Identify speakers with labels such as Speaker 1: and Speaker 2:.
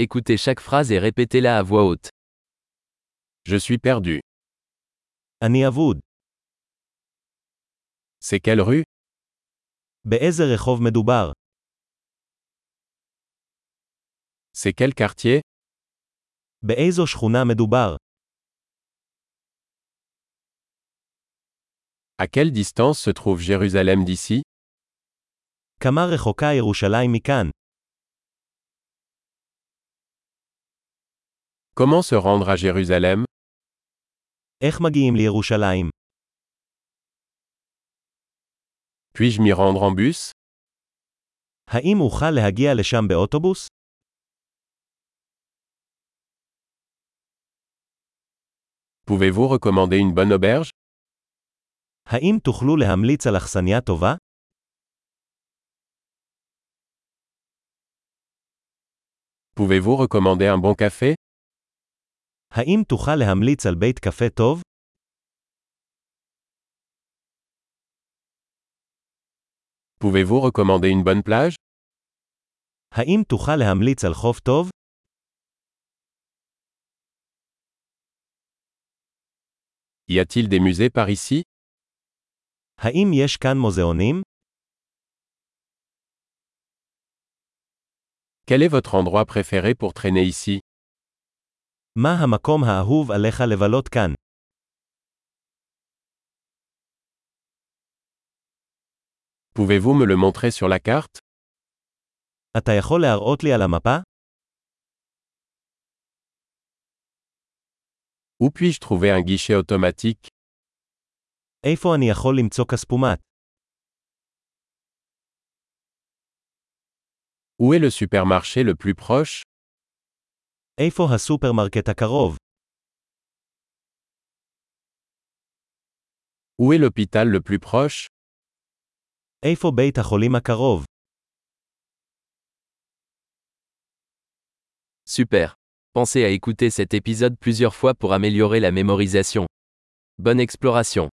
Speaker 1: Écoutez chaque phrase et répétez-la à voix haute. Je suis perdu.
Speaker 2: אני אבוד.
Speaker 1: C'est quelle rue
Speaker 2: באיזה רחוב מדובר?
Speaker 1: C'est quel quartier
Speaker 2: באיזו שכונה מדובר?
Speaker 1: À quelle distance se trouve Jérusalem d'ici
Speaker 2: כמה רחוקה ירושלים מכאן?
Speaker 1: Comment se rendre à Jérusalem
Speaker 2: איך מגיעים לירושלים?
Speaker 1: Puis-je m'y rendre en bus
Speaker 2: האם אוכל להגיע לשם באוטובוס?
Speaker 1: Pouvez-vous recommander une bonne auberge
Speaker 2: האם תוכלו להמליץ על אכסניה טובה?
Speaker 1: Pouvez-vous recommander un bon café
Speaker 2: האם תוכל להמליץ על בית קפה טוב?
Speaker 1: Pouvez-vous recommander une bonne plage
Speaker 2: האם תוכל להמליץ על חוף טוב?
Speaker 1: Y a-t-il des musées par ici
Speaker 2: האם יש כאן מוזיאונים?
Speaker 1: Quel est votre endroit préféré pour traîner ici
Speaker 2: מה המקום האהוב עליך לבלות כאן?
Speaker 1: Pouvez-vous me le montrer sur la carte
Speaker 2: אתה יכול להראות לי על המפה?
Speaker 1: Où puis-je trouver un guichet automatique
Speaker 2: איפה אני יכול למצוא כספומט?
Speaker 1: Où est le supermarché le plus proche
Speaker 2: איפה הסופרמרקט הקרוב?
Speaker 1: Où est l'hôpital le plus proche
Speaker 2: איפה בית החולים הקרוב?
Speaker 1: Super. Pensez à écouter cet épisode plusieurs fois pour améliorer la mémorisation. Bonne exploration.